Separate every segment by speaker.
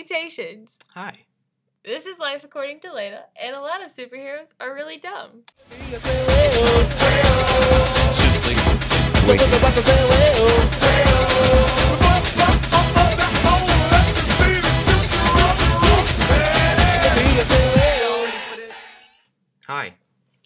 Speaker 1: Salutations!
Speaker 2: Hi.
Speaker 1: This is Life According to Layla, and a lot of superheroes are really dumb.
Speaker 2: Hi.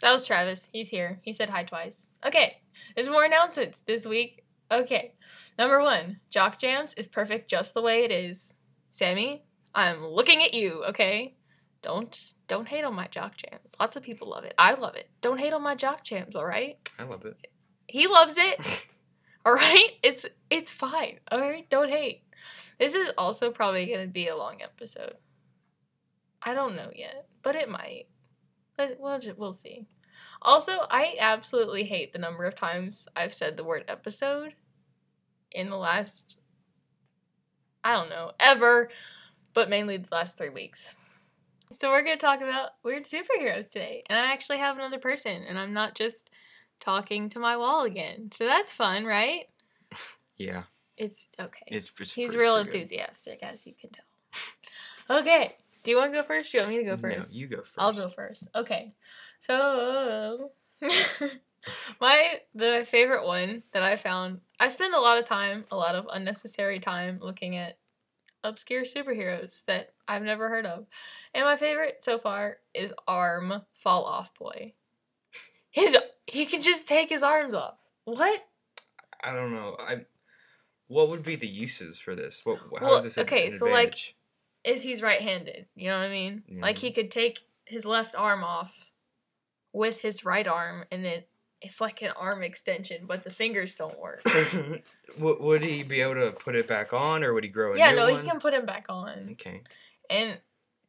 Speaker 1: That was Travis. He's here. He said hi twice. Okay, there's more announcements this week. Okay, number one Jock Jams is perfect just the way it is. Sammy, I'm looking at you, okay? Don't. Don't hate on my jock jams. Lots of people love it. I love it. Don't hate on my jock jams, all right?
Speaker 2: I love it.
Speaker 1: He loves it. All right? It's it's fine. All right? Don't hate. This is also probably going to be a long episode. I don't know yet, but it might. But we'll ju- we'll see. Also, I absolutely hate the number of times I've said the word episode in the last I don't know, ever, but mainly the last 3 weeks. So we're going to talk about weird superheroes today, and I actually have another person and I'm not just talking to my wall again. So that's fun, right?
Speaker 2: Yeah.
Speaker 1: It's okay.
Speaker 2: It's, it's
Speaker 1: He's
Speaker 2: pretty-
Speaker 1: real
Speaker 2: pretty good.
Speaker 1: enthusiastic, as you can tell. Okay. Do you want to go first? Do you want me to go first?
Speaker 2: No, you go 1st
Speaker 1: I'll go first. Okay. So my the favorite one that I found I spend a lot of time, a lot of unnecessary time looking at obscure superheroes that I've never heard of. And my favorite so far is Arm Fall Off Boy. His he can just take his arms off. What?
Speaker 2: I don't know. I. What would be the uses for this? What? How is
Speaker 1: Well,
Speaker 2: this an,
Speaker 1: okay,
Speaker 2: an
Speaker 1: so, like,
Speaker 2: advantage?
Speaker 1: if he's right-handed. You know what I mean? Like
Speaker 2: Mhm.
Speaker 1: he could take his left arm off with his right arm, and then it's like an arm extension, but the fingers don't work.
Speaker 2: W- would he be able to put it back on, or would he grow a
Speaker 1: yeah,
Speaker 2: new
Speaker 1: no,
Speaker 2: one?
Speaker 1: he can put him back on.
Speaker 2: Okay.
Speaker 1: And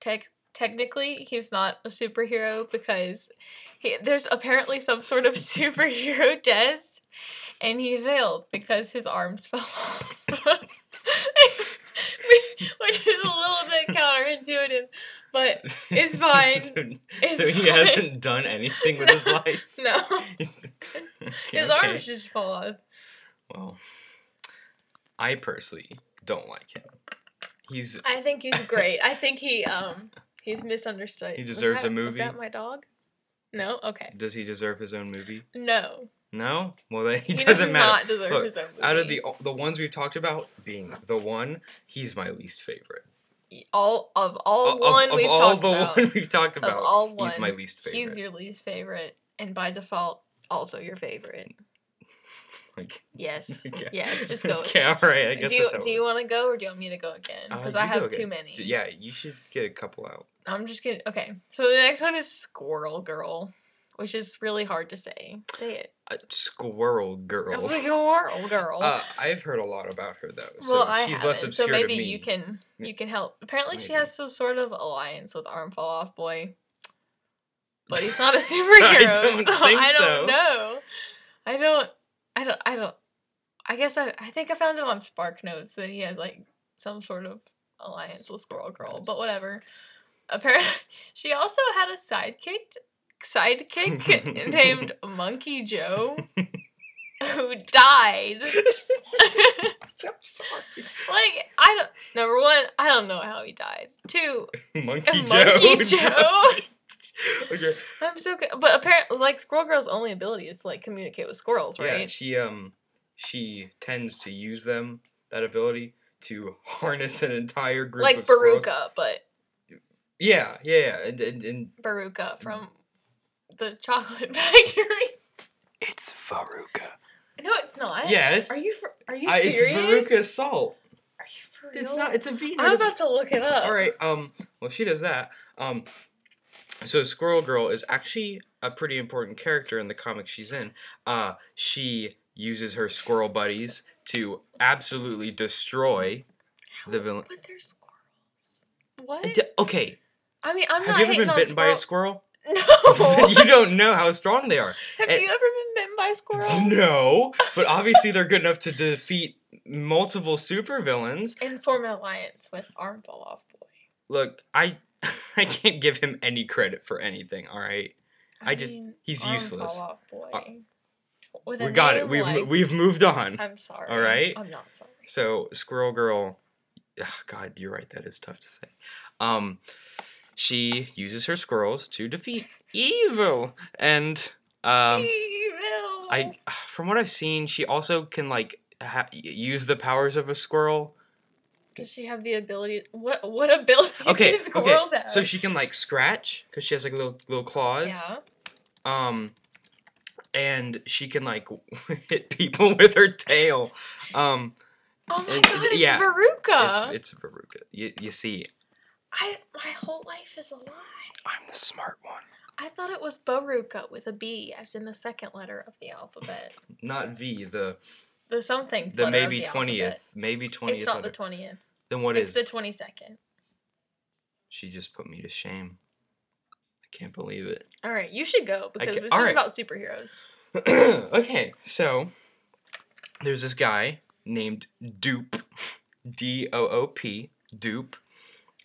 Speaker 1: tech technically, he's not a superhero because he, there's apparently some sort of superhero test, and he failed because his arms fell off. Which- Which is a little bit counterintuitive, but It's fine.
Speaker 2: so,
Speaker 1: It's
Speaker 2: so he
Speaker 1: fine.
Speaker 2: hasn't done anything with his
Speaker 1: No,
Speaker 2: life.
Speaker 1: no.
Speaker 2: Okay,
Speaker 1: His
Speaker 2: okay.
Speaker 1: arms just fall off.
Speaker 2: Well, I personally don't like him. He's
Speaker 1: I think he's great. I think he um he's misunderstood.
Speaker 2: He
Speaker 1: Was
Speaker 2: deserves a
Speaker 1: that- Was
Speaker 2: movie.
Speaker 1: that my dog? No. Okay.
Speaker 2: does he deserve his own movie?
Speaker 1: No.
Speaker 2: No. Well, then he,
Speaker 1: does
Speaker 2: doesn't matter.
Speaker 1: not deserve
Speaker 2: Look,
Speaker 1: his own movie.
Speaker 2: Out of the the ones we've talked about, being the one, he's my least favorite.
Speaker 1: all of all
Speaker 2: Of- of-
Speaker 1: one
Speaker 2: of,
Speaker 1: we've
Speaker 2: all
Speaker 1: talked
Speaker 2: the
Speaker 1: about,
Speaker 2: one we've talked
Speaker 1: of
Speaker 2: about,
Speaker 1: all one,
Speaker 2: he's my least favorite.
Speaker 1: He's your least favorite, and by default, also your favorite.
Speaker 2: Like,
Speaker 1: Yes.
Speaker 2: Okay.
Speaker 1: Yes. Just go. with
Speaker 2: okay, all right. I
Speaker 1: it.
Speaker 2: guess
Speaker 1: Do you,
Speaker 2: that's how
Speaker 1: do
Speaker 2: it
Speaker 1: you
Speaker 2: works.
Speaker 1: want to go or do you want me to go again?
Speaker 2: Uh,
Speaker 1: Because
Speaker 2: you
Speaker 1: I
Speaker 2: go
Speaker 1: have
Speaker 2: again.
Speaker 1: too many.
Speaker 2: Yeah, you should get a couple out.
Speaker 1: I'm just kidding. Okay. So the next one is Squirrel Girl, which is really hard to say. Say it.
Speaker 2: Uh, squirrel girl.
Speaker 1: It's like a squirrel girl.
Speaker 2: Uh, I've heard a lot about her though, so
Speaker 1: well, I
Speaker 2: she's less
Speaker 1: haven't,
Speaker 2: obscure
Speaker 1: so maybe
Speaker 2: to me.
Speaker 1: you can
Speaker 2: Yeah.
Speaker 1: you can help. Apparently, she
Speaker 2: Maybe.
Speaker 1: has some sort of alliance with Arm Fall Off Boy, but he's not a superhero,
Speaker 2: I don't
Speaker 1: so
Speaker 2: think
Speaker 1: I don't
Speaker 2: so.
Speaker 1: know. I don't. I don't. I don't. I guess I. I think I found it on Spark Notes that he had like some sort of alliance with Squirrel Girl, but whatever. Apparently, she also had a sidekick sidekick named Monkey Joe, who died.
Speaker 2: I'm sorry.
Speaker 1: Like I don't. Number one, I don't know how he died. Two,
Speaker 2: Monkey Joe.
Speaker 1: Monkey Joe.
Speaker 2: okay.
Speaker 1: I'm so. co- But apparently, like Squirrel Girl's only ability is to like communicate with squirrels,
Speaker 2: Yeah,
Speaker 1: right?
Speaker 2: she um she tends to use them that ability to harness an entire group
Speaker 1: like
Speaker 2: of squirrels.
Speaker 1: Baruka, but
Speaker 2: Yeah, yeah, yeah, and and, and Mm-hmm.
Speaker 1: Baruka from the Chocolate Factory.
Speaker 2: it's Varuka.
Speaker 1: No, it's not.
Speaker 2: Yes.
Speaker 1: Oh, Are you for, are you
Speaker 2: I, it's
Speaker 1: serious?
Speaker 2: Varuka Salt.
Speaker 1: Are you for real?
Speaker 2: It's not. It's a bean.
Speaker 1: I'm about to look it up.
Speaker 2: All right. Um. Well, she does that. Um. So Squirrel Girl is actually a pretty important character in the comic she's in. Uh, she uses her squirrel buddies to absolutely destroy the villain.
Speaker 1: But they're squirrels. What?
Speaker 2: D- Okay.
Speaker 1: I mean, I'm
Speaker 2: Have
Speaker 1: not
Speaker 2: you ever
Speaker 1: hating
Speaker 2: been
Speaker 1: on
Speaker 2: bitten by a
Speaker 1: squirrel-
Speaker 2: squirrel?
Speaker 1: No.
Speaker 2: you don't know how strong they are.
Speaker 1: Have
Speaker 2: and-
Speaker 1: you ever been bitten by a squirrel?
Speaker 2: No, but obviously they're good enough to defeat multiple supervillains.
Speaker 1: and form an alliance with Arm Fall Off Boy.
Speaker 2: Look, I I can't give him any credit for anything. All right. I just-
Speaker 1: mean,
Speaker 2: he's
Speaker 1: Arm
Speaker 2: useless.
Speaker 1: Fall Off Boy.
Speaker 2: Uh,
Speaker 1: With a
Speaker 2: We got it.
Speaker 1: name
Speaker 2: We've
Speaker 1: like-
Speaker 2: we've moved on.
Speaker 1: I'm sorry.
Speaker 2: All right.
Speaker 1: I'm not sorry.
Speaker 2: So Squirrel Girl Ah, God, you're right. That is tough to say. Um, she uses her squirrels to defeat evil, and um,
Speaker 1: Evil.
Speaker 2: I, from what I've seen, she also can like ha- use the powers of a squirrel.
Speaker 1: Does she have the ability? What what ability?
Speaker 2: Okay,
Speaker 1: These
Speaker 2: okay.
Speaker 1: squirrels have?
Speaker 2: So she can like scratch because she has like little little claws.
Speaker 1: Yeah.
Speaker 2: Um, and she can like hit people with her tail. Um,
Speaker 1: Oh my
Speaker 2: And-
Speaker 1: god, it's
Speaker 2: yeah.
Speaker 1: Veruca.
Speaker 2: it's it's Veruca. You, you see,
Speaker 1: I my whole life is a lie.
Speaker 2: I'm the smart one,
Speaker 1: I thought it was Baruka with a B, as in the second letter of the alphabet.
Speaker 2: not V. The
Speaker 1: The something.
Speaker 2: the
Speaker 1: letter of
Speaker 2: maybe
Speaker 1: the alphabet.
Speaker 2: twentieth, maybe twentieth.
Speaker 1: It's not the twentieth.
Speaker 2: Then what
Speaker 1: It's
Speaker 2: is?
Speaker 1: the twenty second.
Speaker 2: She just put me to shame. I can't believe it.
Speaker 1: All right, you should go because
Speaker 2: ca-
Speaker 1: this
Speaker 2: all
Speaker 1: is
Speaker 2: right.
Speaker 1: about superheroes.
Speaker 2: okay, so there's this guy named Dupe, D O O P, Dupe,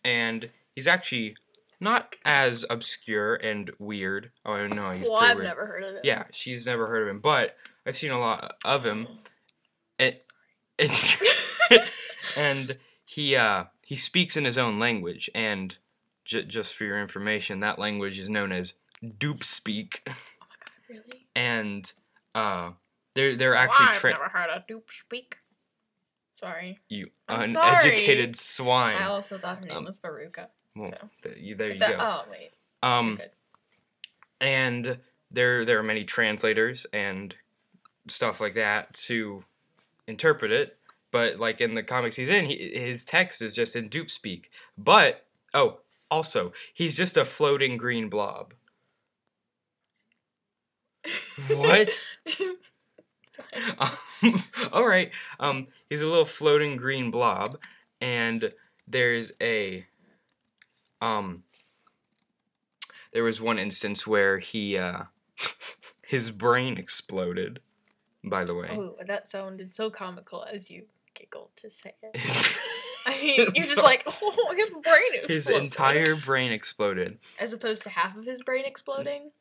Speaker 2: and he's actually not as obscure and weird. Oh no, he's
Speaker 1: Well,
Speaker 2: pretty
Speaker 1: I've
Speaker 2: weird.
Speaker 1: never heard of it.
Speaker 2: Yeah, she's never heard of him, but I've seen a lot of him. It, it, and he uh, he speaks in his own language, and j- just for your information, that language is known as Dupe speak
Speaker 1: Really?
Speaker 2: and uh, they're they're actually
Speaker 1: Well, I've
Speaker 2: tra-
Speaker 1: never heard a dupe speak. Sorry.
Speaker 2: you
Speaker 1: I'm
Speaker 2: uneducated swine.
Speaker 1: I also thought her name
Speaker 2: Um,
Speaker 1: was Baruka.
Speaker 2: Well,
Speaker 1: so.
Speaker 2: th- you- there you
Speaker 1: The-
Speaker 2: go.
Speaker 1: oh wait.
Speaker 2: Um,
Speaker 1: good.
Speaker 2: and there there are many translators and stuff like that to interpret it. But like in the comics he's in, he, his text is just in dupe speak. But oh, also he's just a floating green blob. What?
Speaker 1: Sorry.
Speaker 2: Um, all right. Um, he's a little floating green blob, and there's a um. There was one instance where he uh, his brain exploded. By the way,
Speaker 1: Ooh, that sounded so comical as you giggled to say it. I mean, you're just like, oh, his brain exploded.
Speaker 2: his entire brain exploded.
Speaker 1: As opposed to half of his brain exploding?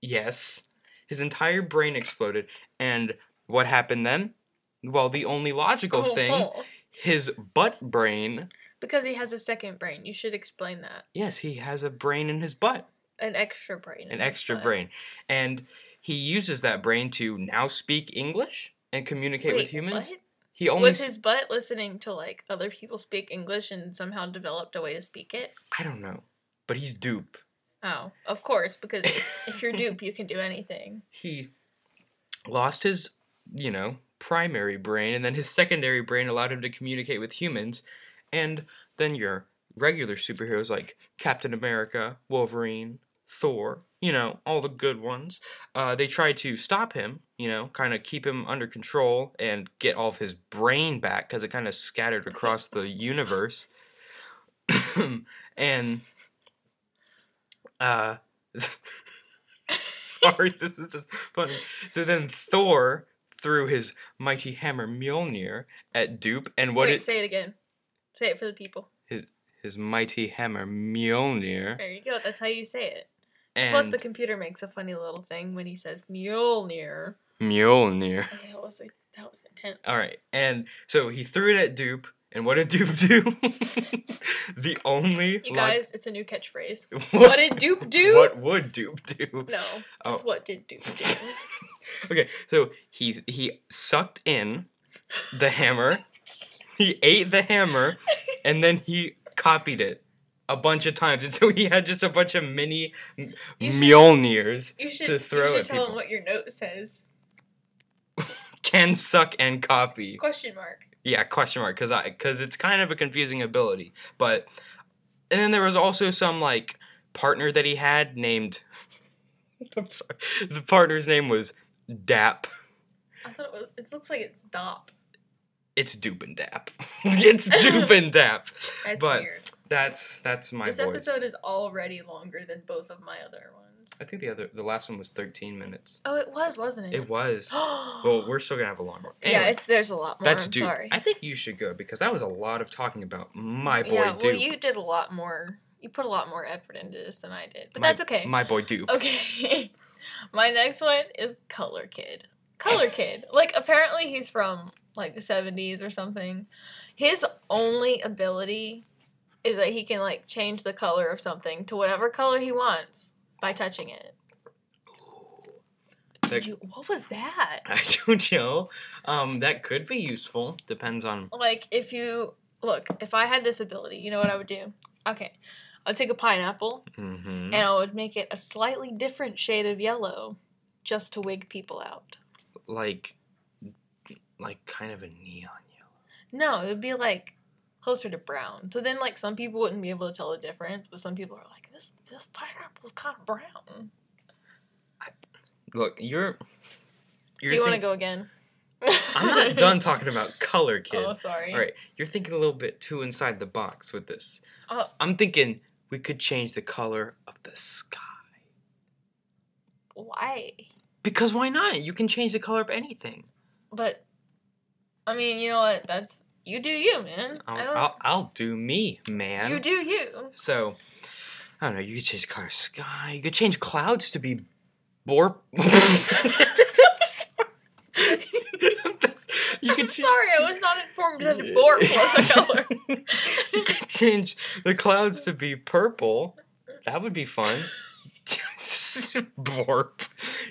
Speaker 2: Yes, his entire brain exploded, and what happened then? Well, the only logical
Speaker 1: Oh,
Speaker 2: thing,
Speaker 1: oh.
Speaker 2: his butt brain.
Speaker 1: Because he has a second brain. You should explain that.
Speaker 2: Yes, he has a brain in his butt.
Speaker 1: An extra brain. in
Speaker 2: an
Speaker 1: his
Speaker 2: extra
Speaker 1: butt.
Speaker 2: brain. And he uses that brain to now speak English and communicate
Speaker 1: Wait,
Speaker 2: with humans.
Speaker 1: what?
Speaker 2: He only
Speaker 1: Was
Speaker 2: s-
Speaker 1: his butt listening to like other people speak English and somehow developed a way to speak it?
Speaker 2: I don't know, but he's dupe.
Speaker 1: Oh, of course, because if you're dupe, you can do anything.
Speaker 2: He lost his, you know, primary brain and then his secondary brain allowed him to communicate with humans and then your regular superheroes like Captain America, Wolverine, Thor, you know, all the good ones. Uh, they try to stop him, you know, kind of keep him under control and get all of his brain back because it kind of scattered across the universe. and, uh, sorry, this is just funny. So then Thor threw his mighty hammer Mjolnir at Dupe, and what
Speaker 1: Wait,
Speaker 2: it
Speaker 1: say it again. Say it for the people.
Speaker 2: his mighty hammer Mjolnir.
Speaker 1: There you go. That's how you say it.
Speaker 2: And
Speaker 1: Plus, the computer makes a funny little thing when he says Mjolnir.
Speaker 2: Mjolnir.
Speaker 1: Okay, that was like, that was intense.
Speaker 2: All right, and so he threw it at Dupe, and what did Dupe do? the only
Speaker 1: You
Speaker 2: log-
Speaker 1: guys, it's a new catchphrase.
Speaker 2: what,
Speaker 1: What did Dupe do?
Speaker 2: What would Dupe do?
Speaker 1: No, just
Speaker 2: Oh.
Speaker 1: what did Dupe do?
Speaker 2: Okay, so he he sucked in the hammer, he ate the hammer, and then he copied it a bunch of times, and so he had just a bunch of mini
Speaker 1: You should-
Speaker 2: Mjolnirs.
Speaker 1: You should,
Speaker 2: To throw
Speaker 1: you should
Speaker 2: at
Speaker 1: tell him
Speaker 2: people.
Speaker 1: what your note says.
Speaker 2: Can suck and copy.
Speaker 1: Question mark.
Speaker 2: Yeah, question mark because I because it's kind of a confusing ability. But and then there was also some like partner that he had named. I'm sorry. The partner's name was Dap.
Speaker 1: I thought it was. It looks like it's Dop.
Speaker 2: It's Dupe and Dap. it's Dupe and Dap.
Speaker 1: That's
Speaker 2: But
Speaker 1: weird.
Speaker 2: That's that's my
Speaker 1: This
Speaker 2: voice.
Speaker 1: episode is already longer than both of my other ones.
Speaker 2: I think the other the last one was 13 minutes.
Speaker 1: Oh, it was, wasn't it?
Speaker 2: It was.
Speaker 1: was.
Speaker 2: well, we're still gonna have a long one.
Speaker 1: yeah,
Speaker 2: Anyway,
Speaker 1: it's there's a lot more.
Speaker 2: that's
Speaker 1: I'm
Speaker 2: Dupe.
Speaker 1: Sorry.
Speaker 2: I think you should go because that was a lot of talking about my boy
Speaker 1: yeah,
Speaker 2: Dupe.
Speaker 1: well, you did a lot more. You put a lot more effort into this than I did, but
Speaker 2: My-
Speaker 1: that's okay.
Speaker 2: My boy Dupe.
Speaker 1: Okay. My next one is Color Kid. Color Kid. Like apparently he's from like the 70s or something. His only ability is that he can like change the color of something to whatever color he wants by touching it.
Speaker 2: That-
Speaker 1: Did you, what was that?
Speaker 2: I don't know. Um, that could be useful. Depends on.
Speaker 1: Like if you look, if I had this ability, you know what I would do? Okay. I would take a pineapple
Speaker 2: hmm
Speaker 1: and I would make it a slightly different shade of yellow just to wig people out.
Speaker 2: Like, like kind of a neon yellow.
Speaker 1: No, it would be like closer to brown. So then like some people wouldn't be able to tell the difference, but some people are like, This this pineapple's kinda brown.
Speaker 2: Look, you're.
Speaker 1: Do
Speaker 2: you're
Speaker 1: you wanna
Speaker 2: think-
Speaker 1: go again?
Speaker 2: I'm not done talking about color, kid.
Speaker 1: Oh sorry.
Speaker 2: All right, you're thinking a little bit too inside the box with this.
Speaker 1: Oh.
Speaker 2: I'm thinking we could change the color of the sky.
Speaker 1: Why?
Speaker 2: Because why not? You can change the color of anything.
Speaker 1: But I mean, you know what? That's you do you, man. I
Speaker 2: I'll,
Speaker 1: don't
Speaker 2: I'll, I'll do me, man.
Speaker 1: you do you.
Speaker 2: So, I don't know. You could change the color of sky. You could change clouds to be more. That's- you
Speaker 1: I'm
Speaker 2: could ch-
Speaker 1: sorry, I was not informed that Borp was a color.
Speaker 2: you could change the clouds to be purple. That would be fun. Borp.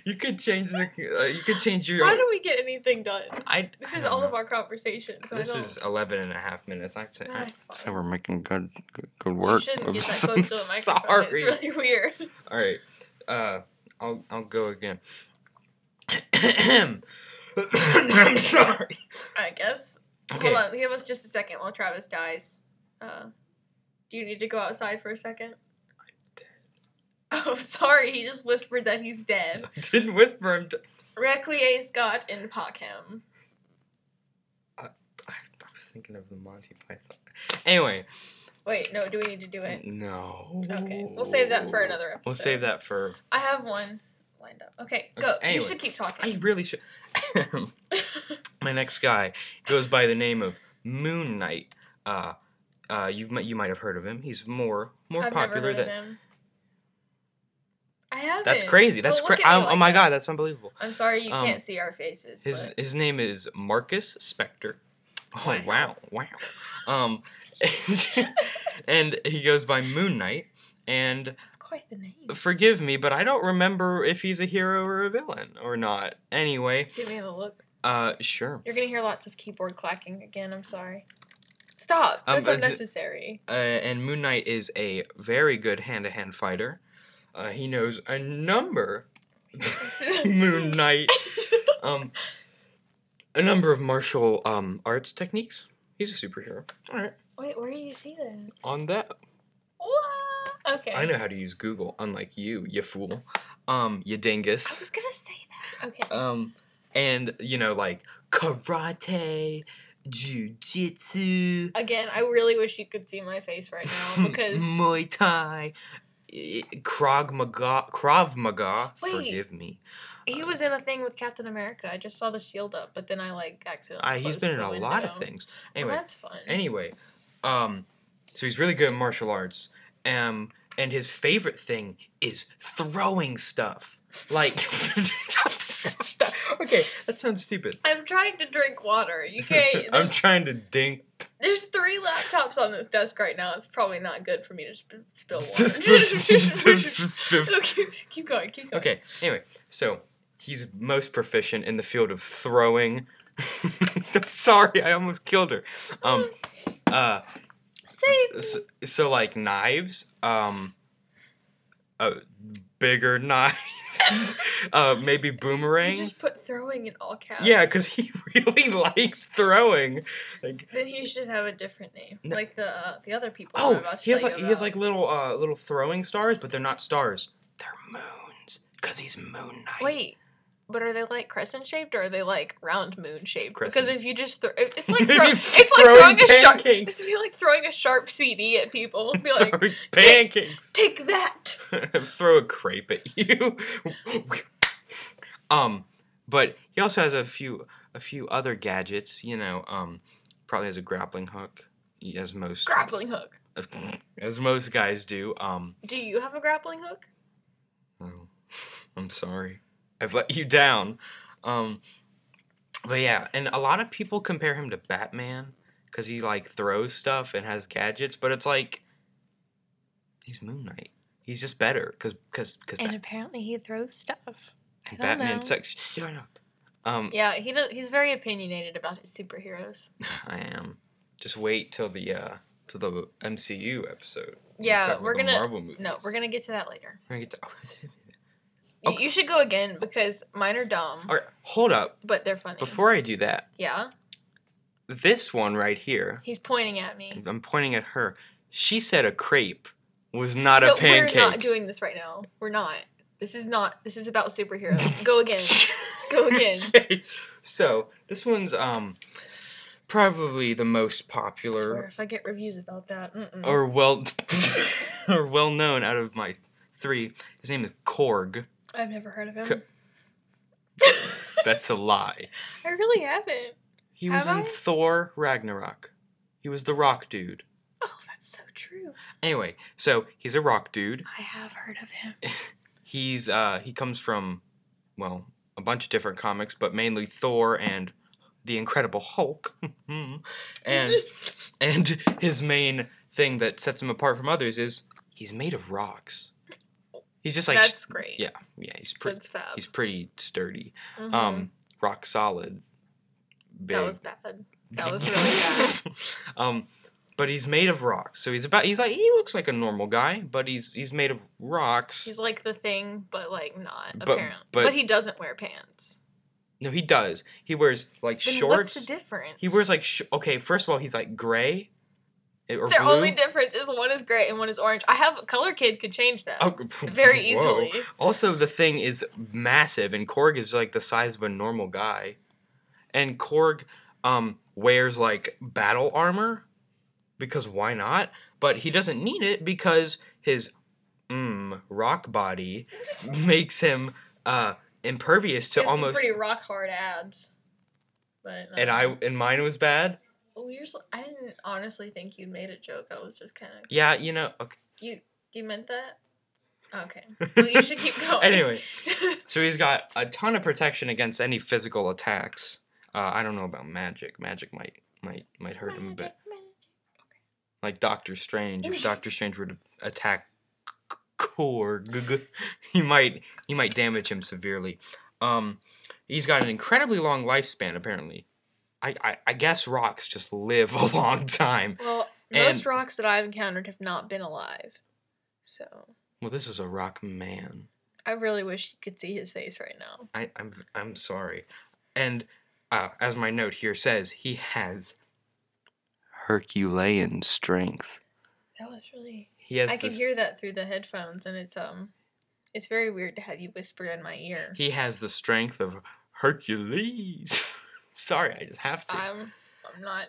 Speaker 2: You could change the. Uh, you could change your.
Speaker 1: Why do we get anything done?
Speaker 2: I,
Speaker 1: This
Speaker 2: I
Speaker 1: is
Speaker 2: don't
Speaker 1: all
Speaker 2: know.
Speaker 1: of our conversations. I
Speaker 2: This
Speaker 1: don't-
Speaker 2: is 11 and a half minutes. I'd say.
Speaker 1: That's fine.
Speaker 2: we're making good, good, good
Speaker 1: You
Speaker 2: work.
Speaker 1: shouldn't
Speaker 2: I'm
Speaker 1: get that
Speaker 2: so
Speaker 1: close to a microphone.
Speaker 2: Sorry.
Speaker 1: It's really weird.
Speaker 2: All right. Uh, I'll I'll go again. I'm sorry.
Speaker 1: I guess.
Speaker 2: Okay.
Speaker 1: Hold on, give us just a second while Travis dies. Uh, do you need to go outside for a second?
Speaker 2: dead.
Speaker 1: Oh, sorry. He just whispered that he's dead.
Speaker 2: I didn't whisper. I'm d-
Speaker 1: Requiescat Scott in Pockham.
Speaker 2: I, I was thinking of the Monty Python. Anyway.
Speaker 1: Wait, no. Do we need to do it?
Speaker 2: No.
Speaker 1: Okay, we'll save that for another episode.
Speaker 2: We'll save that for.
Speaker 1: I have one lined up. Okay, go.
Speaker 2: Okay,
Speaker 1: You
Speaker 2: anyway.
Speaker 1: should keep
Speaker 2: I
Speaker 1: talking.
Speaker 2: really should. My next guy goes by the name of Moon Knight. Uh, uh, you've mi- you might have heard of him. He's more more
Speaker 1: I've
Speaker 2: popular
Speaker 1: never heard
Speaker 2: than.
Speaker 1: of him. I haven't.
Speaker 2: That's crazy.
Speaker 1: Don't
Speaker 2: That's
Speaker 1: look
Speaker 2: crazy.
Speaker 1: at me
Speaker 2: Oh
Speaker 1: like
Speaker 2: my
Speaker 1: that.
Speaker 2: god, that's unbelievable.
Speaker 1: I'm sorry you
Speaker 2: Um,
Speaker 1: can't see our faces.
Speaker 2: His
Speaker 1: but
Speaker 2: his name is Marcus Spector. Oh wow,
Speaker 1: Wow.
Speaker 2: wow. Um, and he goes by Moon Knight. And
Speaker 1: that's quite the name.
Speaker 2: forgive me, but I don't remember if he's a hero or a villain or not. Anyway,
Speaker 1: Give me the look.
Speaker 2: uh, sure.
Speaker 1: You're gonna hear lots of keyboard clacking again. I'm sorry. Stop.
Speaker 2: Um,
Speaker 1: That's
Speaker 2: uh, d-
Speaker 1: unnecessary.
Speaker 2: Uh, and Moon Knight is a very good hand-to-hand fighter. Uh, he knows a number. Moon Knight. Um, a number of martial um arts techniques. He's a superhero. All right.
Speaker 1: Wait, where do you see that?
Speaker 2: On that
Speaker 1: What? Okay.
Speaker 2: I know how to use Google, unlike you, you fool. Um, you
Speaker 1: I
Speaker 2: dingus.
Speaker 1: was gonna say that. Okay.
Speaker 2: Um, and you know, like karate, jujitsu,
Speaker 1: Again, I really wish you could see my face right now because
Speaker 2: Muay Thai, eh, Krav Maga, Krav Maga.
Speaker 1: Wait.
Speaker 2: Forgive me.
Speaker 1: He was in a thing with Captain America. I just saw the shield up, but then I like accidentally.
Speaker 2: I, Ah, he's
Speaker 1: closed
Speaker 2: been in
Speaker 1: the
Speaker 2: a lot of
Speaker 1: window.
Speaker 2: things.
Speaker 1: Well,
Speaker 2: Anyway,
Speaker 1: that's fun.
Speaker 2: anyway, um, so he's really good at martial arts. Um, and his favorite thing is throwing stuff. Like, okay, that sounds stupid.
Speaker 1: I'm trying to drink water. You can't.
Speaker 2: I'm
Speaker 1: There's,
Speaker 2: trying to dink.
Speaker 1: there's three laptops on this desk right now. It's probably not good for me to sp- spill water.
Speaker 2: okay.
Speaker 1: No, keep, keep going. Keep going.
Speaker 2: Anyway, so he's most proficient in the field of throwing. I'm sorry, I almost killed her. Um, uh,
Speaker 1: Save.
Speaker 2: so, so like knives, um, uh, bigger knives, uh, maybe
Speaker 1: me.
Speaker 2: boomerangs.
Speaker 1: You just put throwing in all caps.
Speaker 2: yeah, because he really likes throwing. Like
Speaker 1: then he should have a different name,
Speaker 2: No.
Speaker 1: like the uh, the other people. I'm
Speaker 2: Oh,
Speaker 1: about to
Speaker 2: he has
Speaker 1: tell
Speaker 2: like
Speaker 1: you
Speaker 2: he has like
Speaker 1: about.
Speaker 2: little uh little throwing stars, but they're not stars. They're moons, cause he's Moon Knight.
Speaker 1: Wait. But are they like crescent shaped or are they like round moon shaped? Because
Speaker 2: Crescent.
Speaker 1: if you just throw, it- it's like
Speaker 2: If
Speaker 1: throw,
Speaker 2: you
Speaker 1: it's like
Speaker 2: throwing
Speaker 1: throwing a sharp.
Speaker 2: pancakes.
Speaker 1: It's like throwing a sharp CD at people. Be like,
Speaker 2: Throwing pancakes.
Speaker 1: take that.
Speaker 2: Throw a crepe at you. um, but he also has a few a few other gadgets. You know, um, probably has a grappling hook, as most
Speaker 1: Grappling hook.
Speaker 2: as most guys do. Um,
Speaker 1: Do you have a grappling hook?
Speaker 2: Oh, I'm sorry. I've let you down. Um, But yeah, and a lot of people compare him to Batman because he like throws stuff and has gadgets, but it's like he's Moon Knight. He's just better because because because
Speaker 1: And apparently he throws stuff. I don't
Speaker 2: Batman
Speaker 1: know.
Speaker 2: sucks. Shut up. Um,
Speaker 1: Yeah, he does, he's very opinionated about his superheroes.
Speaker 2: I am. Just wait till the uh till the MCU episode. when we
Speaker 1: Yeah,
Speaker 2: talk about
Speaker 1: we're
Speaker 2: the
Speaker 1: gonna-
Speaker 2: Marvel movies.
Speaker 1: No, we're gonna get to that later.
Speaker 2: We're gonna get to-
Speaker 1: Y-
Speaker 2: Okay.
Speaker 1: You should go again because mine are dumb,
Speaker 2: All right, hold up.
Speaker 1: but they're funny.
Speaker 2: Before I do that,
Speaker 1: yeah,
Speaker 2: this one right here,
Speaker 1: he's pointing at me.
Speaker 2: I'm pointing at her. She said a crepe was not a
Speaker 1: But
Speaker 2: pancake.
Speaker 1: We're not doing this right now. We're not. This is not. This is about superheroes. Go again. Go again.
Speaker 2: Okay. So this one's um probably the most
Speaker 1: Swear
Speaker 2: popular
Speaker 1: if I get reviews about that, mm-mm.
Speaker 2: or well or well known out of my three. His name is Korg.
Speaker 1: I've never heard of him.
Speaker 2: Co- That's a lie.
Speaker 1: I really haven't.
Speaker 2: He was
Speaker 1: Have
Speaker 2: in
Speaker 1: I?
Speaker 2: Thor Ragnarok. He was the rock dude.
Speaker 1: Oh, that's so true.
Speaker 2: Anyway, so he's a rock dude.
Speaker 1: I have heard of him.
Speaker 2: He's uh he comes from well, a bunch of different comics, but mainly Thor and the Incredible Hulk. and and his main thing that sets him apart from others is he's made of rocks. He's just like
Speaker 1: that's great.
Speaker 2: yeah, yeah, he's pretty
Speaker 1: that's fab.
Speaker 2: he's pretty sturdy.
Speaker 1: Mhm.
Speaker 2: Um rock solid. Big.
Speaker 1: that was bad. that was really bad.
Speaker 2: um but he's made of rocks. So he's about he's like he looks like a normal guy, but he's he's made of rocks.
Speaker 1: He's like the thing, but like not
Speaker 2: But-
Speaker 1: apparently.
Speaker 2: but-
Speaker 1: But, he doesn't wear pants.
Speaker 2: No, he does. He wears like
Speaker 1: Then
Speaker 2: shorts.
Speaker 1: What's the difference?
Speaker 2: he wears like sh- okay. First of all, he's like gray eh, or
Speaker 1: Their
Speaker 2: blue.
Speaker 1: only difference is one is gray and one is orange. I have color kid could change that
Speaker 2: Oh,
Speaker 1: very
Speaker 2: whoa.
Speaker 1: easily.
Speaker 2: Also, the thing is massive, and Korg is like the size of a normal guy, and Korg um, wears like battle armor because why not? But he doesn't need it because his mm, rock body makes him uh, impervious to
Speaker 1: He has some
Speaker 2: almost.
Speaker 1: pretty rock hard abs. But um,
Speaker 2: And I and mine was bad.
Speaker 1: Oh, you're so- I didn't honestly think you made a joke. I was just kind of
Speaker 2: Yeah, you know. Okay.
Speaker 1: you. You meant that? Okay. Well, you should keep going.
Speaker 2: anyway, So he's got a ton of protection against any physical attacks. Uh, I don't know about magic. Magic might might might hurt him a bit. Like Doctor Strange. If Doctor Strange were to attack K- K- Korg, he might he might damage him severely. Um, he's got an incredibly long lifespan. Apparently, I I, I guess rocks just live a long time.
Speaker 1: well,
Speaker 2: And-
Speaker 1: most rocks that I've encountered have not been alive, so
Speaker 2: Well, this is a rock man.
Speaker 1: I really wish you could see his face right now.
Speaker 2: I, I'm I'm sorry. And uh, as my note here says, he has Herculean strength.
Speaker 1: That was really.
Speaker 2: He has
Speaker 1: I could
Speaker 2: this-
Speaker 1: hear that through the headphones, and it's um, it's very weird to have you whisper in my ear.
Speaker 2: he has the strength of Hercules. sorry, I just have to.
Speaker 1: I'm, I'm not.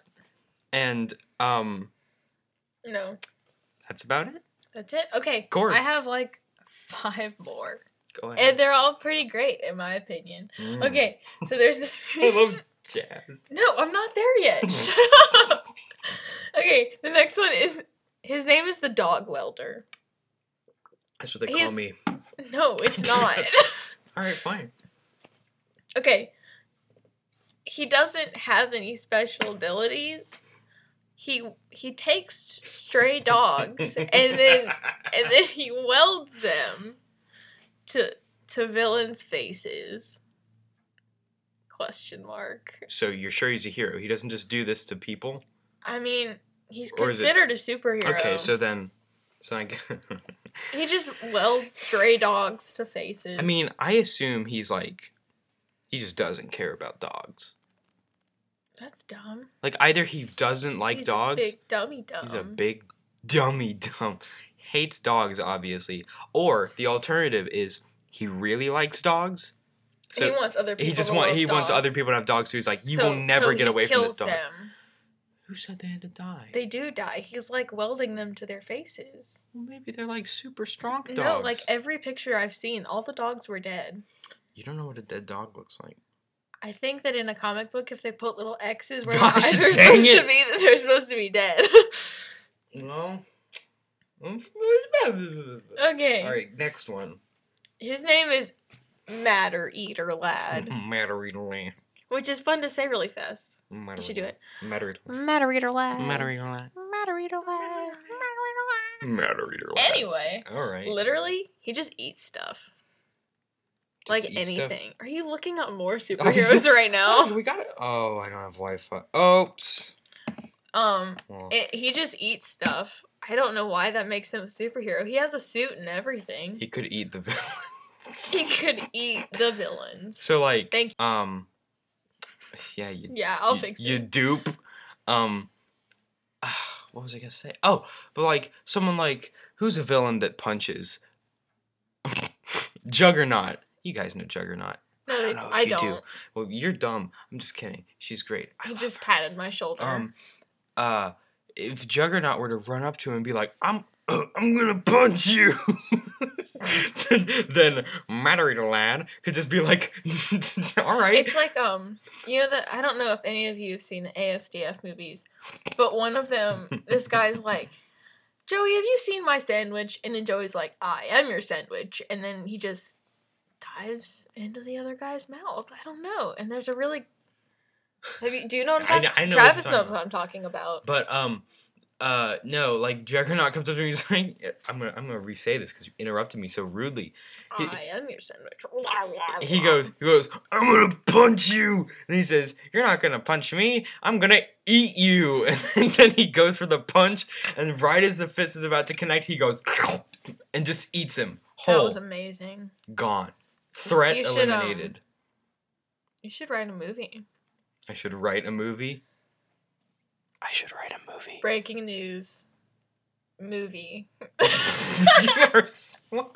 Speaker 2: and um,
Speaker 1: No,
Speaker 2: that's about it.
Speaker 1: that's it. Okay,
Speaker 2: Gorg.
Speaker 1: I have like five more,
Speaker 2: Go ahead.
Speaker 1: and they're all pretty great in my opinion.
Speaker 2: Mm.
Speaker 1: Okay, so there's.
Speaker 2: I love Hmm. jazz.
Speaker 1: No, I'm not there yet. Shut up. Okay, the next one is his name is the dog welder.
Speaker 2: That's what they
Speaker 1: He's-
Speaker 2: call me.
Speaker 1: No, it's not.
Speaker 2: All right, fine.
Speaker 1: okay. He doesn't have any special abilities. He he takes stray dogs and then and then he welds them to to villains' faces. Question mark.
Speaker 2: so you're sure he's a hero? He doesn't just do this to people.
Speaker 1: I mean, he's
Speaker 2: Or is it-
Speaker 1: considered a superhero.
Speaker 2: Okay, so then, so I. g-
Speaker 1: He just welds stray dogs to faces.
Speaker 2: I mean, I assume he's like, he just doesn't care about dogs.
Speaker 1: that's dumb.
Speaker 2: Like either he doesn't like
Speaker 1: He's a
Speaker 2: dogs,
Speaker 1: big dummy dumb.
Speaker 2: he's a big dummy dumb, hates dogs obviously, or the alternative is he really likes dogs,
Speaker 1: And
Speaker 2: so
Speaker 1: he wants other
Speaker 2: he,
Speaker 1: people.
Speaker 2: just
Speaker 1: to
Speaker 2: want
Speaker 1: love
Speaker 2: he wants other
Speaker 1: dogs.
Speaker 2: people to have dogs, so he's like, you
Speaker 1: So-
Speaker 2: will never
Speaker 1: so
Speaker 2: get
Speaker 1: he
Speaker 2: away from this
Speaker 1: kills
Speaker 2: dog.
Speaker 1: them.
Speaker 2: Who said they had to die?
Speaker 1: They do die. He's like welding them to their faces.
Speaker 2: well, maybe they're like super strong dogs.
Speaker 1: No, like eh every picture I've seen, all the dogs were dead.
Speaker 2: you don't know what a dead dog looks like.
Speaker 1: I think that in a comic book, if they put little X's where
Speaker 2: Gosh,
Speaker 1: the eyes are
Speaker 2: dang
Speaker 1: supposed to
Speaker 2: it.
Speaker 1: be, that they're supposed to be dead.
Speaker 2: No.
Speaker 1: okay.
Speaker 2: All right, next one.
Speaker 1: His name is Matter Eater Lad.
Speaker 2: Mm-hmm. Matter eater.
Speaker 1: which is fun to say really fast.
Speaker 2: Matter
Speaker 1: You should do it.
Speaker 2: Matter
Speaker 1: Matter reader lad.
Speaker 2: reader.
Speaker 1: Matter reader lad.
Speaker 2: Matter reader.
Speaker 1: Anyway,
Speaker 2: All right.
Speaker 1: literally, he just eats stuff.
Speaker 2: Just
Speaker 1: like
Speaker 2: eat stuff.
Speaker 1: anything. Are you looking up more
Speaker 2: I'm
Speaker 1: superheroes
Speaker 2: so-
Speaker 1: right
Speaker 2: Oh,
Speaker 1: now?
Speaker 2: we got it. Oh, I don't have Wi-Fi. Oops.
Speaker 1: Um,
Speaker 2: Well,
Speaker 1: it, he just eats stuff. I don't know why that makes him a superhero. He has a suit and everything.
Speaker 2: he could eat the villain.
Speaker 1: He could eat the villains.
Speaker 2: So like,
Speaker 1: Thank
Speaker 2: um, yeah, you
Speaker 1: Yeah, I'll
Speaker 2: you,
Speaker 1: fix
Speaker 2: You
Speaker 1: it.
Speaker 2: dupe. Um, ah, what was I gonna say? Oh, but like someone like who's a villain that punches? Juggernaut. You guys know Juggernaut.
Speaker 1: No,
Speaker 2: I
Speaker 1: they-
Speaker 2: don't know if
Speaker 1: I
Speaker 2: you do.
Speaker 1: don't.
Speaker 2: Well, you're dumb. I'm just kidding. She's great. I
Speaker 1: He
Speaker 2: love
Speaker 1: just patted my shoulder.
Speaker 2: her. um, uh, if Juggernaut were to run up to him and be like, "I'm, I'm gonna punch you," then, then Matarita Lad could just be like, "All right."
Speaker 1: It's like um, you know that I don't know if any of you have seen the ASDF movies, but one of them, this guy's like, Joey, have you seen my sandwich? And then Joey's like, I am your sandwich, and then he just dives into the other guy's mouth. I don't know. And there's a really, have you do you know what I'm talking?
Speaker 2: I know- I know what you're
Speaker 1: Travis
Speaker 2: talking
Speaker 1: knows
Speaker 2: about.
Speaker 1: what I'm talking about.
Speaker 2: But um, uh, no, like Juggernaut comes up to me. He's like, "I'm gonna, I'm gonna re-say this because you interrupted me so rudely." he-
Speaker 1: I am your sandwich.
Speaker 2: He goes, he goes, "I'm gonna punch you," and he says, "You're not gonna punch me. I'm gonna eat you." And then he goes for the punch, and right as the fist is about to connect, he goes and just eats him
Speaker 1: That
Speaker 2: whole,
Speaker 1: was amazing.
Speaker 2: gone, threat
Speaker 1: You should, um,
Speaker 2: eliminated.
Speaker 1: You should write a movie.
Speaker 2: I should write a movie. I should write a movie.
Speaker 1: Breaking news. Movie.
Speaker 2: you are so-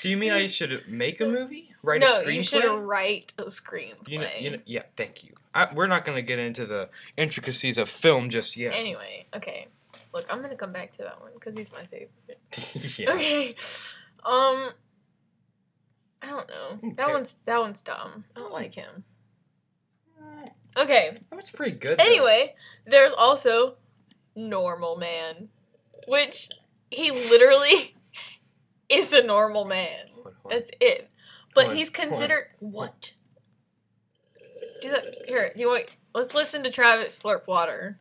Speaker 2: Do you mean I should make a movie? Write
Speaker 1: no,
Speaker 2: a screenplay?
Speaker 1: you should write a screenplay.
Speaker 2: You know, you know, yeah, thank you. I, we're not going to get into the intricacies of film just yet.
Speaker 1: Anyway, okay. Look, I'm gonna come back to that one because he's my favorite.
Speaker 2: yeah.
Speaker 1: Okay. Um. I don't know.
Speaker 2: Mm,
Speaker 1: That
Speaker 2: okay.
Speaker 1: one's that one's dumb. I don't
Speaker 2: Mm.
Speaker 1: like him.
Speaker 2: That
Speaker 1: Okay.
Speaker 2: was pretty good. though.
Speaker 1: Anyway, there's also normal man, which he literally is a normal man.
Speaker 2: Hold on.
Speaker 1: That's it. But
Speaker 2: Hold on,
Speaker 1: he's
Speaker 2: hold on,
Speaker 1: considered what? Do that here. You want? Let's listen to Travis slurp water.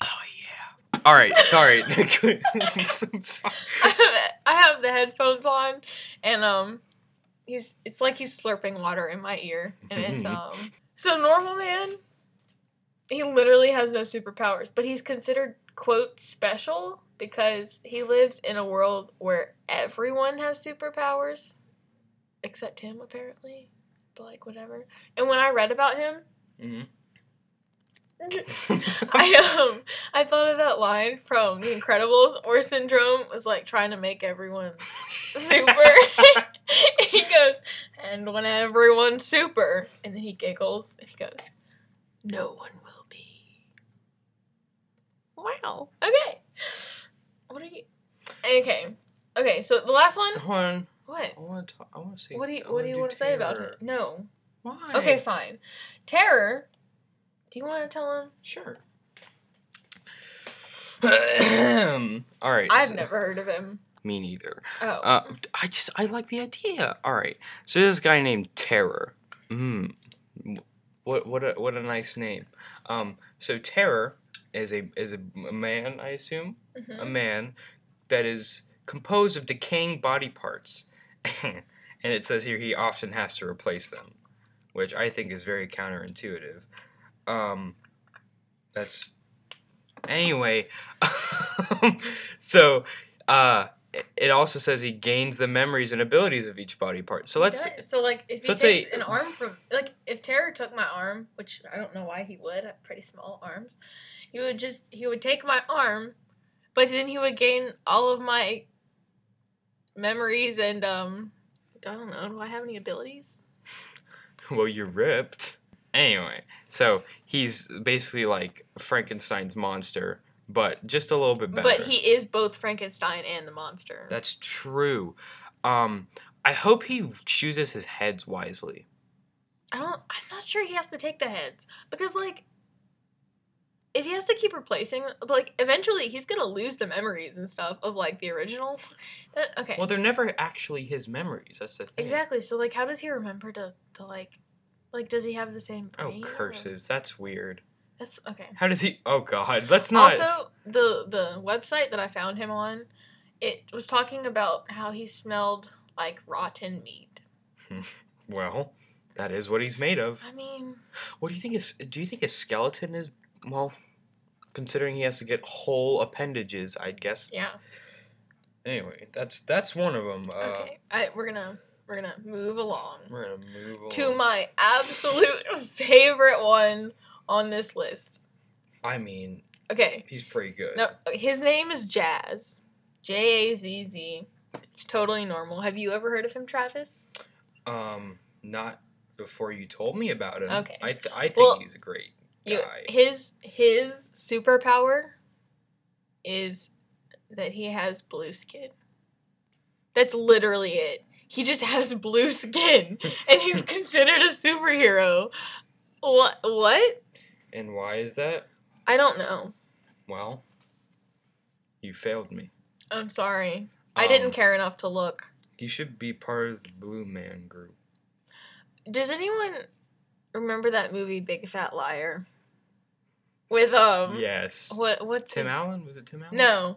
Speaker 2: Oh, yeah. All right, sorry. I'm so sorry.
Speaker 1: I have, I have the headphones on, and um, he's it's like he's slurping water in my ear, and it's um. So normal man, he literally has no superpowers, but he's considered quote special because he lives in a world where everyone has superpowers, except him apparently. But like whatever. And when I read about him,
Speaker 2: Mhm.
Speaker 1: I um I thought of that line from The Incredibles where Syndrome was like trying to make everyone super. he goes, and when everyone's super, and then he giggles and he goes, no one will be. Wow. Okay. What are you? Okay. Okay. So the last one.
Speaker 2: Hold on.
Speaker 1: What?
Speaker 2: I want to talk. I want to say.
Speaker 1: What do you
Speaker 2: I
Speaker 1: What do you want to say about him?
Speaker 2: terror.
Speaker 1: No.
Speaker 2: Why?
Speaker 1: Okay, fine. Terror. Do you want to tell him?
Speaker 2: Sure. All right.
Speaker 1: I've
Speaker 2: so-
Speaker 1: never heard of him.
Speaker 2: Me neither.
Speaker 1: Oh.
Speaker 2: Uh, I just I like the idea. All right. So this guy named Terror. Mm. What what a what a nice name. Um. So Terror is a is a man I assume
Speaker 1: Mhm.
Speaker 2: a man that is composed of decaying body parts, and it says here he often has to replace them, which I think is very counterintuitive. Um. That's anyway. so. Uh, it- it also says he gains the memories and abilities of each body part. So let's
Speaker 1: He does. so like if
Speaker 2: so
Speaker 1: he
Speaker 2: let's
Speaker 1: takes
Speaker 2: say-
Speaker 1: an arm from like if Terror took my arm, which I don't know why he would. I have pretty small arms. He would just he would take my arm, but then he would gain all of my memories and um I don't know. Do I have any abilities?
Speaker 2: well, you're ripped. Anyway, so he's basically like Frankenstein's monster, but just a little bit better.
Speaker 1: But he is both Frankenstein and the monster.
Speaker 2: That's true. Um, I hope he chooses his heads wisely.
Speaker 1: I don't. I'm not sure he has to take the heads because like if he has to keep replacing, like eventually he's gonna lose the memories and stuff of like the original. That, okay.
Speaker 2: Well, they're never actually his memories. That's the thing.
Speaker 1: exactly. So like, how does he remember to to like, like does he have the same?
Speaker 2: Oh,
Speaker 1: brain or-
Speaker 2: curses. That's weird.
Speaker 1: That's okay.
Speaker 2: How does he? Oh God. Let's not.
Speaker 1: Also, the the website that I found him on, it was talking about how he smelled like rotten meat.
Speaker 2: well, that is what he's made of.
Speaker 1: I mean,
Speaker 2: What do you think his? Do you think his skeleton is? Well, considering he has to get whole appendages, I'd guess.
Speaker 1: yeah.
Speaker 2: Anyway, that's that's one of them. Uh,
Speaker 1: Okay. I, we're gonna we're gonna move along
Speaker 2: We're gonna move on.
Speaker 1: to my absolute favorite one on this list.
Speaker 2: I mean,
Speaker 1: Okay.
Speaker 2: he's pretty good.
Speaker 1: No, his name is Jazz. J A Z Z. It's totally normal. Have you ever heard of him, Travis?
Speaker 2: Um, not before you told me about him.
Speaker 1: Okay.
Speaker 2: I th- I think
Speaker 1: Well,
Speaker 2: he's a great
Speaker 1: You,
Speaker 2: guy.
Speaker 1: his his superpower is that he has blue skin. That's literally it. He just has blue skin, and he's considered a superhero. What? What?
Speaker 2: and why is that?
Speaker 1: I don't know.
Speaker 2: Well, you failed me.
Speaker 1: I'm sorry. I didn't
Speaker 2: Um,
Speaker 1: care enough to look.
Speaker 2: You should be part of the Blue Man group.
Speaker 1: Does anyone remember that movie Big Fat Liar? With um
Speaker 2: yes.
Speaker 1: what what's
Speaker 2: Tim
Speaker 1: his
Speaker 2: Allen was it Tim Allen?
Speaker 1: No.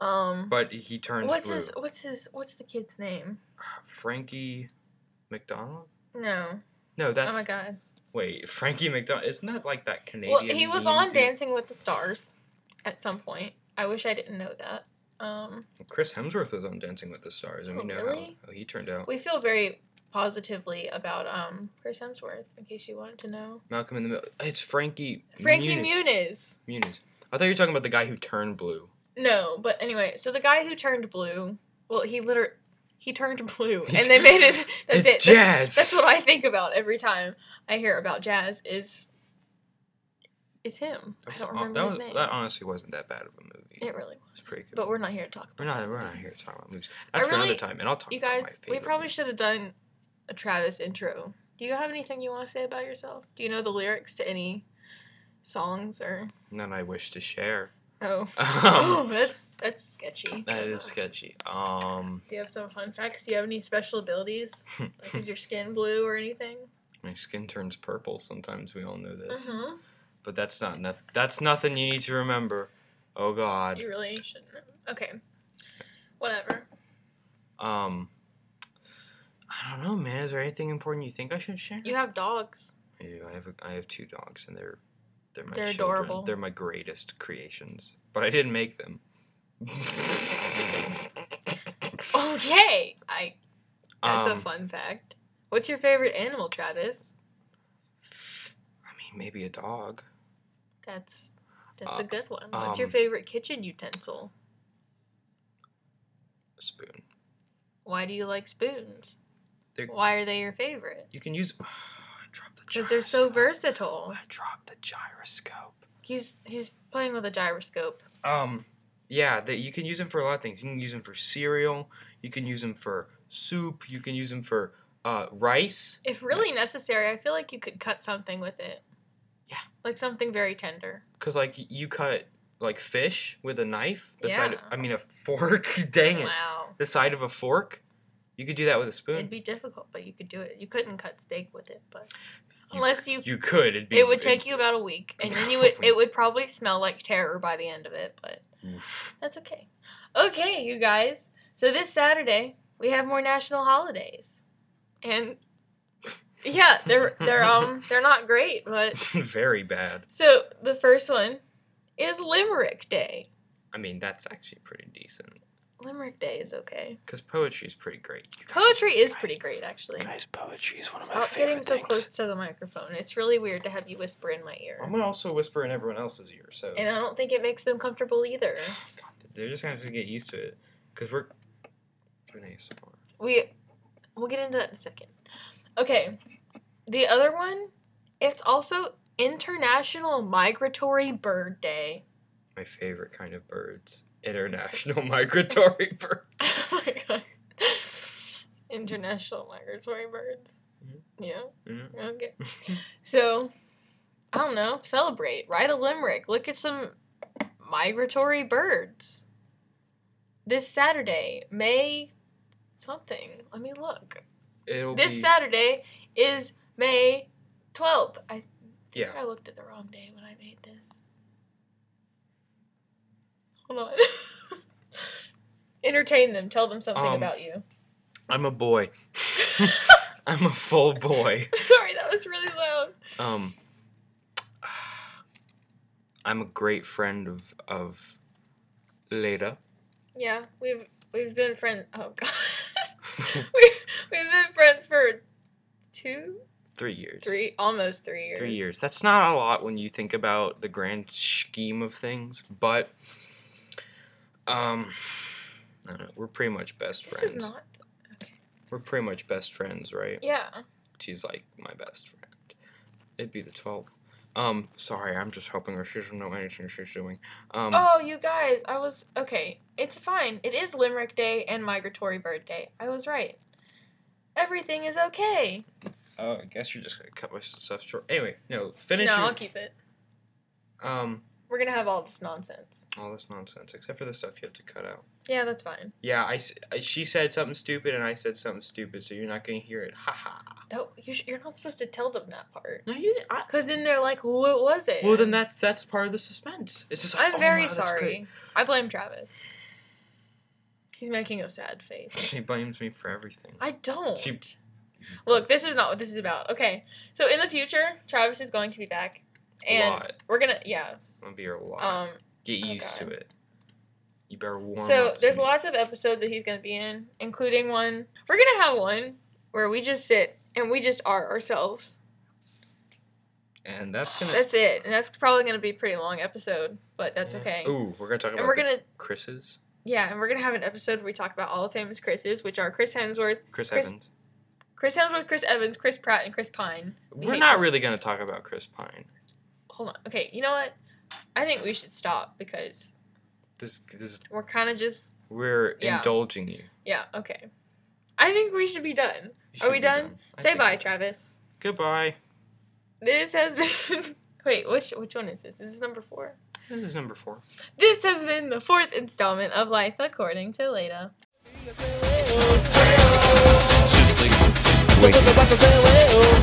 Speaker 1: Um
Speaker 2: But he turns
Speaker 1: what's
Speaker 2: blue.
Speaker 1: his what's his what's the kid's name?
Speaker 2: Frankie McDonald?
Speaker 1: No.
Speaker 2: No, that's
Speaker 1: oh my god.
Speaker 2: wait. Frankie McDonald. Isn't that like that
Speaker 1: Well,
Speaker 2: Canadian?
Speaker 1: he was
Speaker 2: meme
Speaker 1: on
Speaker 2: dude?
Speaker 1: Dancing with the Stars at some point. I wish I didn't know that. Um
Speaker 2: Chris Hemsworth was on Dancing with the Stars, and
Speaker 1: Oh,
Speaker 2: we know
Speaker 1: really?
Speaker 2: how, how he turned out.
Speaker 1: we feel very positively about um Chris Hemsworth in case you wanted to know.
Speaker 2: Malcolm in the Middle. It's Frankie.
Speaker 1: Frankie
Speaker 2: Muniz.
Speaker 1: Muniz.
Speaker 2: Muniz. I thought you were talking about the guy who turned blue.
Speaker 1: No, but anyway, so the guy who turned blue, well, he literally he turned blue, and they made it. That's it. That's-
Speaker 2: it's jazz.
Speaker 1: That's, what I think about every time I hear about jazz. Is is him? I don't remember
Speaker 2: that
Speaker 1: his
Speaker 2: was,
Speaker 1: name.
Speaker 2: That honestly wasn't that bad of a movie.
Speaker 1: it really,
Speaker 2: was pretty good.
Speaker 1: but we're not here to talk
Speaker 2: we're
Speaker 1: about.
Speaker 2: not we're not here to talk about movies. That's for
Speaker 1: really-
Speaker 2: another time, and I'll talk.
Speaker 1: You
Speaker 2: about my
Speaker 1: guys, we
Speaker 2: favorite
Speaker 1: probably
Speaker 2: movie.
Speaker 1: should have done a Travis intro. Do you have anything you want to say about yourself? Do you know the lyrics to any songs or?
Speaker 2: None I wish to share.
Speaker 1: Oh, oh,
Speaker 2: Um,
Speaker 1: that's that's sketchy.
Speaker 2: that is sketchy. Um,
Speaker 1: Do you have some fun facts? Do you have any special abilities? Like, is your skin blue or anything?
Speaker 2: my skin turns purple sometimes. We all know this,
Speaker 1: hmm
Speaker 2: but that's not noth- That's nothing you need to remember. Oh God.
Speaker 1: You really shouldn't. know. Okay. Whatever.
Speaker 2: Um, I don't know, man. Is there anything important you think I should share?
Speaker 1: You have dogs.
Speaker 2: I do. I have a, I have two dogs, and they're they're my
Speaker 1: They're
Speaker 2: children.
Speaker 1: adorable.
Speaker 2: They're my greatest creations, but I didn't make them.
Speaker 1: Okay. I. That's
Speaker 2: Oh, Um,
Speaker 1: a fun fact. What's your favorite animal, Travis?
Speaker 2: I mean, maybe a dog.
Speaker 1: That's that's a
Speaker 2: Uh,
Speaker 1: good one. What's your
Speaker 2: um,
Speaker 1: favorite kitchen utensil?
Speaker 2: A spoon.
Speaker 1: Why do you like spoons?
Speaker 2: They're-
Speaker 1: Why are they your favorite?
Speaker 2: You can use. I dropped the.
Speaker 1: Because they're so
Speaker 2: gyroscope.
Speaker 1: versatile.
Speaker 2: I dropped the gyroscope.
Speaker 1: He's he's playing with a gyroscope.
Speaker 2: Um, yeah, that you can use them for a lot of things. You can use them for cereal. You can use them for soup. You can use them for uh, rice.
Speaker 1: If really necessary, I feel like you could cut something with it.
Speaker 2: Yeah.
Speaker 1: Like something very tender.
Speaker 2: Cause like you cut like fish with a knife. The side.
Speaker 1: Yeah.
Speaker 2: I mean a fork. Dang it.
Speaker 1: Wow.
Speaker 2: the side of a fork. You could do that with a spoon.
Speaker 1: It'd be difficult, but you could do it. You couldn't cut steak with it, but
Speaker 2: You
Speaker 1: unless you,
Speaker 2: you could. It'd be.
Speaker 1: it would take you about a week, and then you would
Speaker 2: Probably.
Speaker 1: it would probably smell like terror by the end of it. But
Speaker 2: Oof.
Speaker 1: that's okay. Okay, you guys. So this Saturday we have more national holidays, and yeah, they're they're um they're not great, but
Speaker 2: Very bad.
Speaker 1: so the first one is Limerick Day.
Speaker 2: I mean, that's actually pretty decent.
Speaker 1: Limerick Day is okay.
Speaker 2: Cause poetry is pretty great. You guys-
Speaker 1: Poetry is
Speaker 2: guys-
Speaker 1: pretty great, actually.
Speaker 2: Guys, poetry is one of my
Speaker 1: Stop
Speaker 2: favorite
Speaker 1: getting so
Speaker 2: things.
Speaker 1: close to the microphone. It's really weird to have you whisper in my ear.
Speaker 2: I'm gonna also whisper in everyone else's ear, so
Speaker 1: And I don't think it makes them comfortable either.
Speaker 2: God, they're just gonna have to get used to it. Cause we're doing ASMR.
Speaker 1: We we'll get into that in a second. Okay. The other one, it's also International Migratory Bird Day.
Speaker 2: My favorite kind of birds, international migratory bird.
Speaker 1: oh my god. International Migratory Birds.
Speaker 2: Mhm.
Speaker 1: Yeah.
Speaker 2: Mhm.
Speaker 1: Okay. So I don't know, celebrate, write a limerick, look at some migratory birds. This Saturday, May something. Let me look.
Speaker 2: It'll
Speaker 1: This
Speaker 2: be,
Speaker 1: Saturday is May 12th. I think
Speaker 2: Yeah.
Speaker 1: I looked at the wrong day when I made this. Hold on. Entertain them, tell them something
Speaker 2: Um,
Speaker 1: about you.
Speaker 2: I'm a boy. I'm a full boy.
Speaker 1: Sorry, that was really loud.
Speaker 2: Um, I'm a great friend of of Leda.
Speaker 1: Yeah, we've we've been friends. Oh god, we we've been friends for two,
Speaker 2: Three years.
Speaker 1: three, almost three years.
Speaker 2: Three years. That's not a lot when you think about the grand scheme of things, but um, I don't know. We're pretty much best
Speaker 1: This
Speaker 2: friends.
Speaker 1: is not.
Speaker 2: we're pretty much best friends, right?
Speaker 1: Yeah,
Speaker 2: She's like my best friend. It'd be the twelfth. Um, sorry, I'm just helping her. She doesn't know anything she's doing. Um,
Speaker 1: Oh, you guys, I was okay. It's fine. It is Limerick Day and Migratory Bird Day. I was right. Everything is okay.
Speaker 2: oh, I guess you're just gonna cut my s- stuff short. Anyway, no, finish.
Speaker 1: no,
Speaker 2: your-
Speaker 1: I'll keep it.
Speaker 2: um,
Speaker 1: We're gonna have all this nonsense.
Speaker 2: all this nonsense except for the stuff you have to cut out.
Speaker 1: Yeah, that's fine.
Speaker 2: Yeah, I, s- I- she said something stupid and I said something stupid, so you're not gonna hear it. Ha ha.
Speaker 1: That you sh- you're not supposed to tell them that part.
Speaker 2: No, you. I,
Speaker 1: Cause then they're like, "What was it?"
Speaker 2: well, then that's that's part of the suspense. It's just. Like,
Speaker 1: I'm
Speaker 2: oh,
Speaker 1: very
Speaker 2: wow, that's great.
Speaker 1: sorry. I blame Travis. He's making a sad face.
Speaker 2: She blames me for everything.
Speaker 1: I don't.
Speaker 2: She-
Speaker 1: Look, this is not what this is about. Okay. So in the future, Travis is going to be back.
Speaker 2: a
Speaker 1: And
Speaker 2: lot.
Speaker 1: we're gonna yeah.
Speaker 2: I'm gonna be here a lot.
Speaker 1: Um
Speaker 2: Get
Speaker 1: oh,
Speaker 2: used to
Speaker 1: God.
Speaker 2: it. You better warm up.
Speaker 1: so
Speaker 2: to
Speaker 1: there's
Speaker 2: me.
Speaker 1: lots of episodes that he's gonna be in, including one we're gonna have one where we just sit and we just are ourselves.
Speaker 2: And that's gonna.
Speaker 1: That's it. And that's probably gonna be a pretty long episode, but that's
Speaker 2: yeah.
Speaker 1: okay.
Speaker 2: Ooh, we're gonna talk
Speaker 1: And
Speaker 2: about
Speaker 1: we're
Speaker 2: the
Speaker 1: gonna
Speaker 2: Chris's.
Speaker 1: yeah, and we're gonna have an episode where we talk about all the famous Chris's, which are Chris Hemsworth,
Speaker 2: Chris,
Speaker 1: Chris-
Speaker 2: Evans.
Speaker 1: Chris Hemsworth, Chris Evans, Chris Pratt, and Chris Pine. We
Speaker 2: We're
Speaker 1: hate
Speaker 2: not
Speaker 1: Chris-
Speaker 2: really gonna talk about Chris Pine.
Speaker 1: Hold on. Okay, you know what? I think we should stop because
Speaker 2: This this
Speaker 1: we're kind of just
Speaker 2: we're
Speaker 1: Yeah.
Speaker 2: indulging you.
Speaker 1: yeah. Okay, I think we should be done.
Speaker 2: You
Speaker 1: Are we
Speaker 2: should be
Speaker 1: done?
Speaker 2: I
Speaker 1: Say
Speaker 2: think
Speaker 1: bye,
Speaker 2: we're done.
Speaker 1: Travis.
Speaker 2: Goodbye.
Speaker 1: This has been. Wait, which which one is this? Is this number four?
Speaker 2: This is number four.
Speaker 1: This has been the fourth installment of Life According to Leda.
Speaker 3: Wait.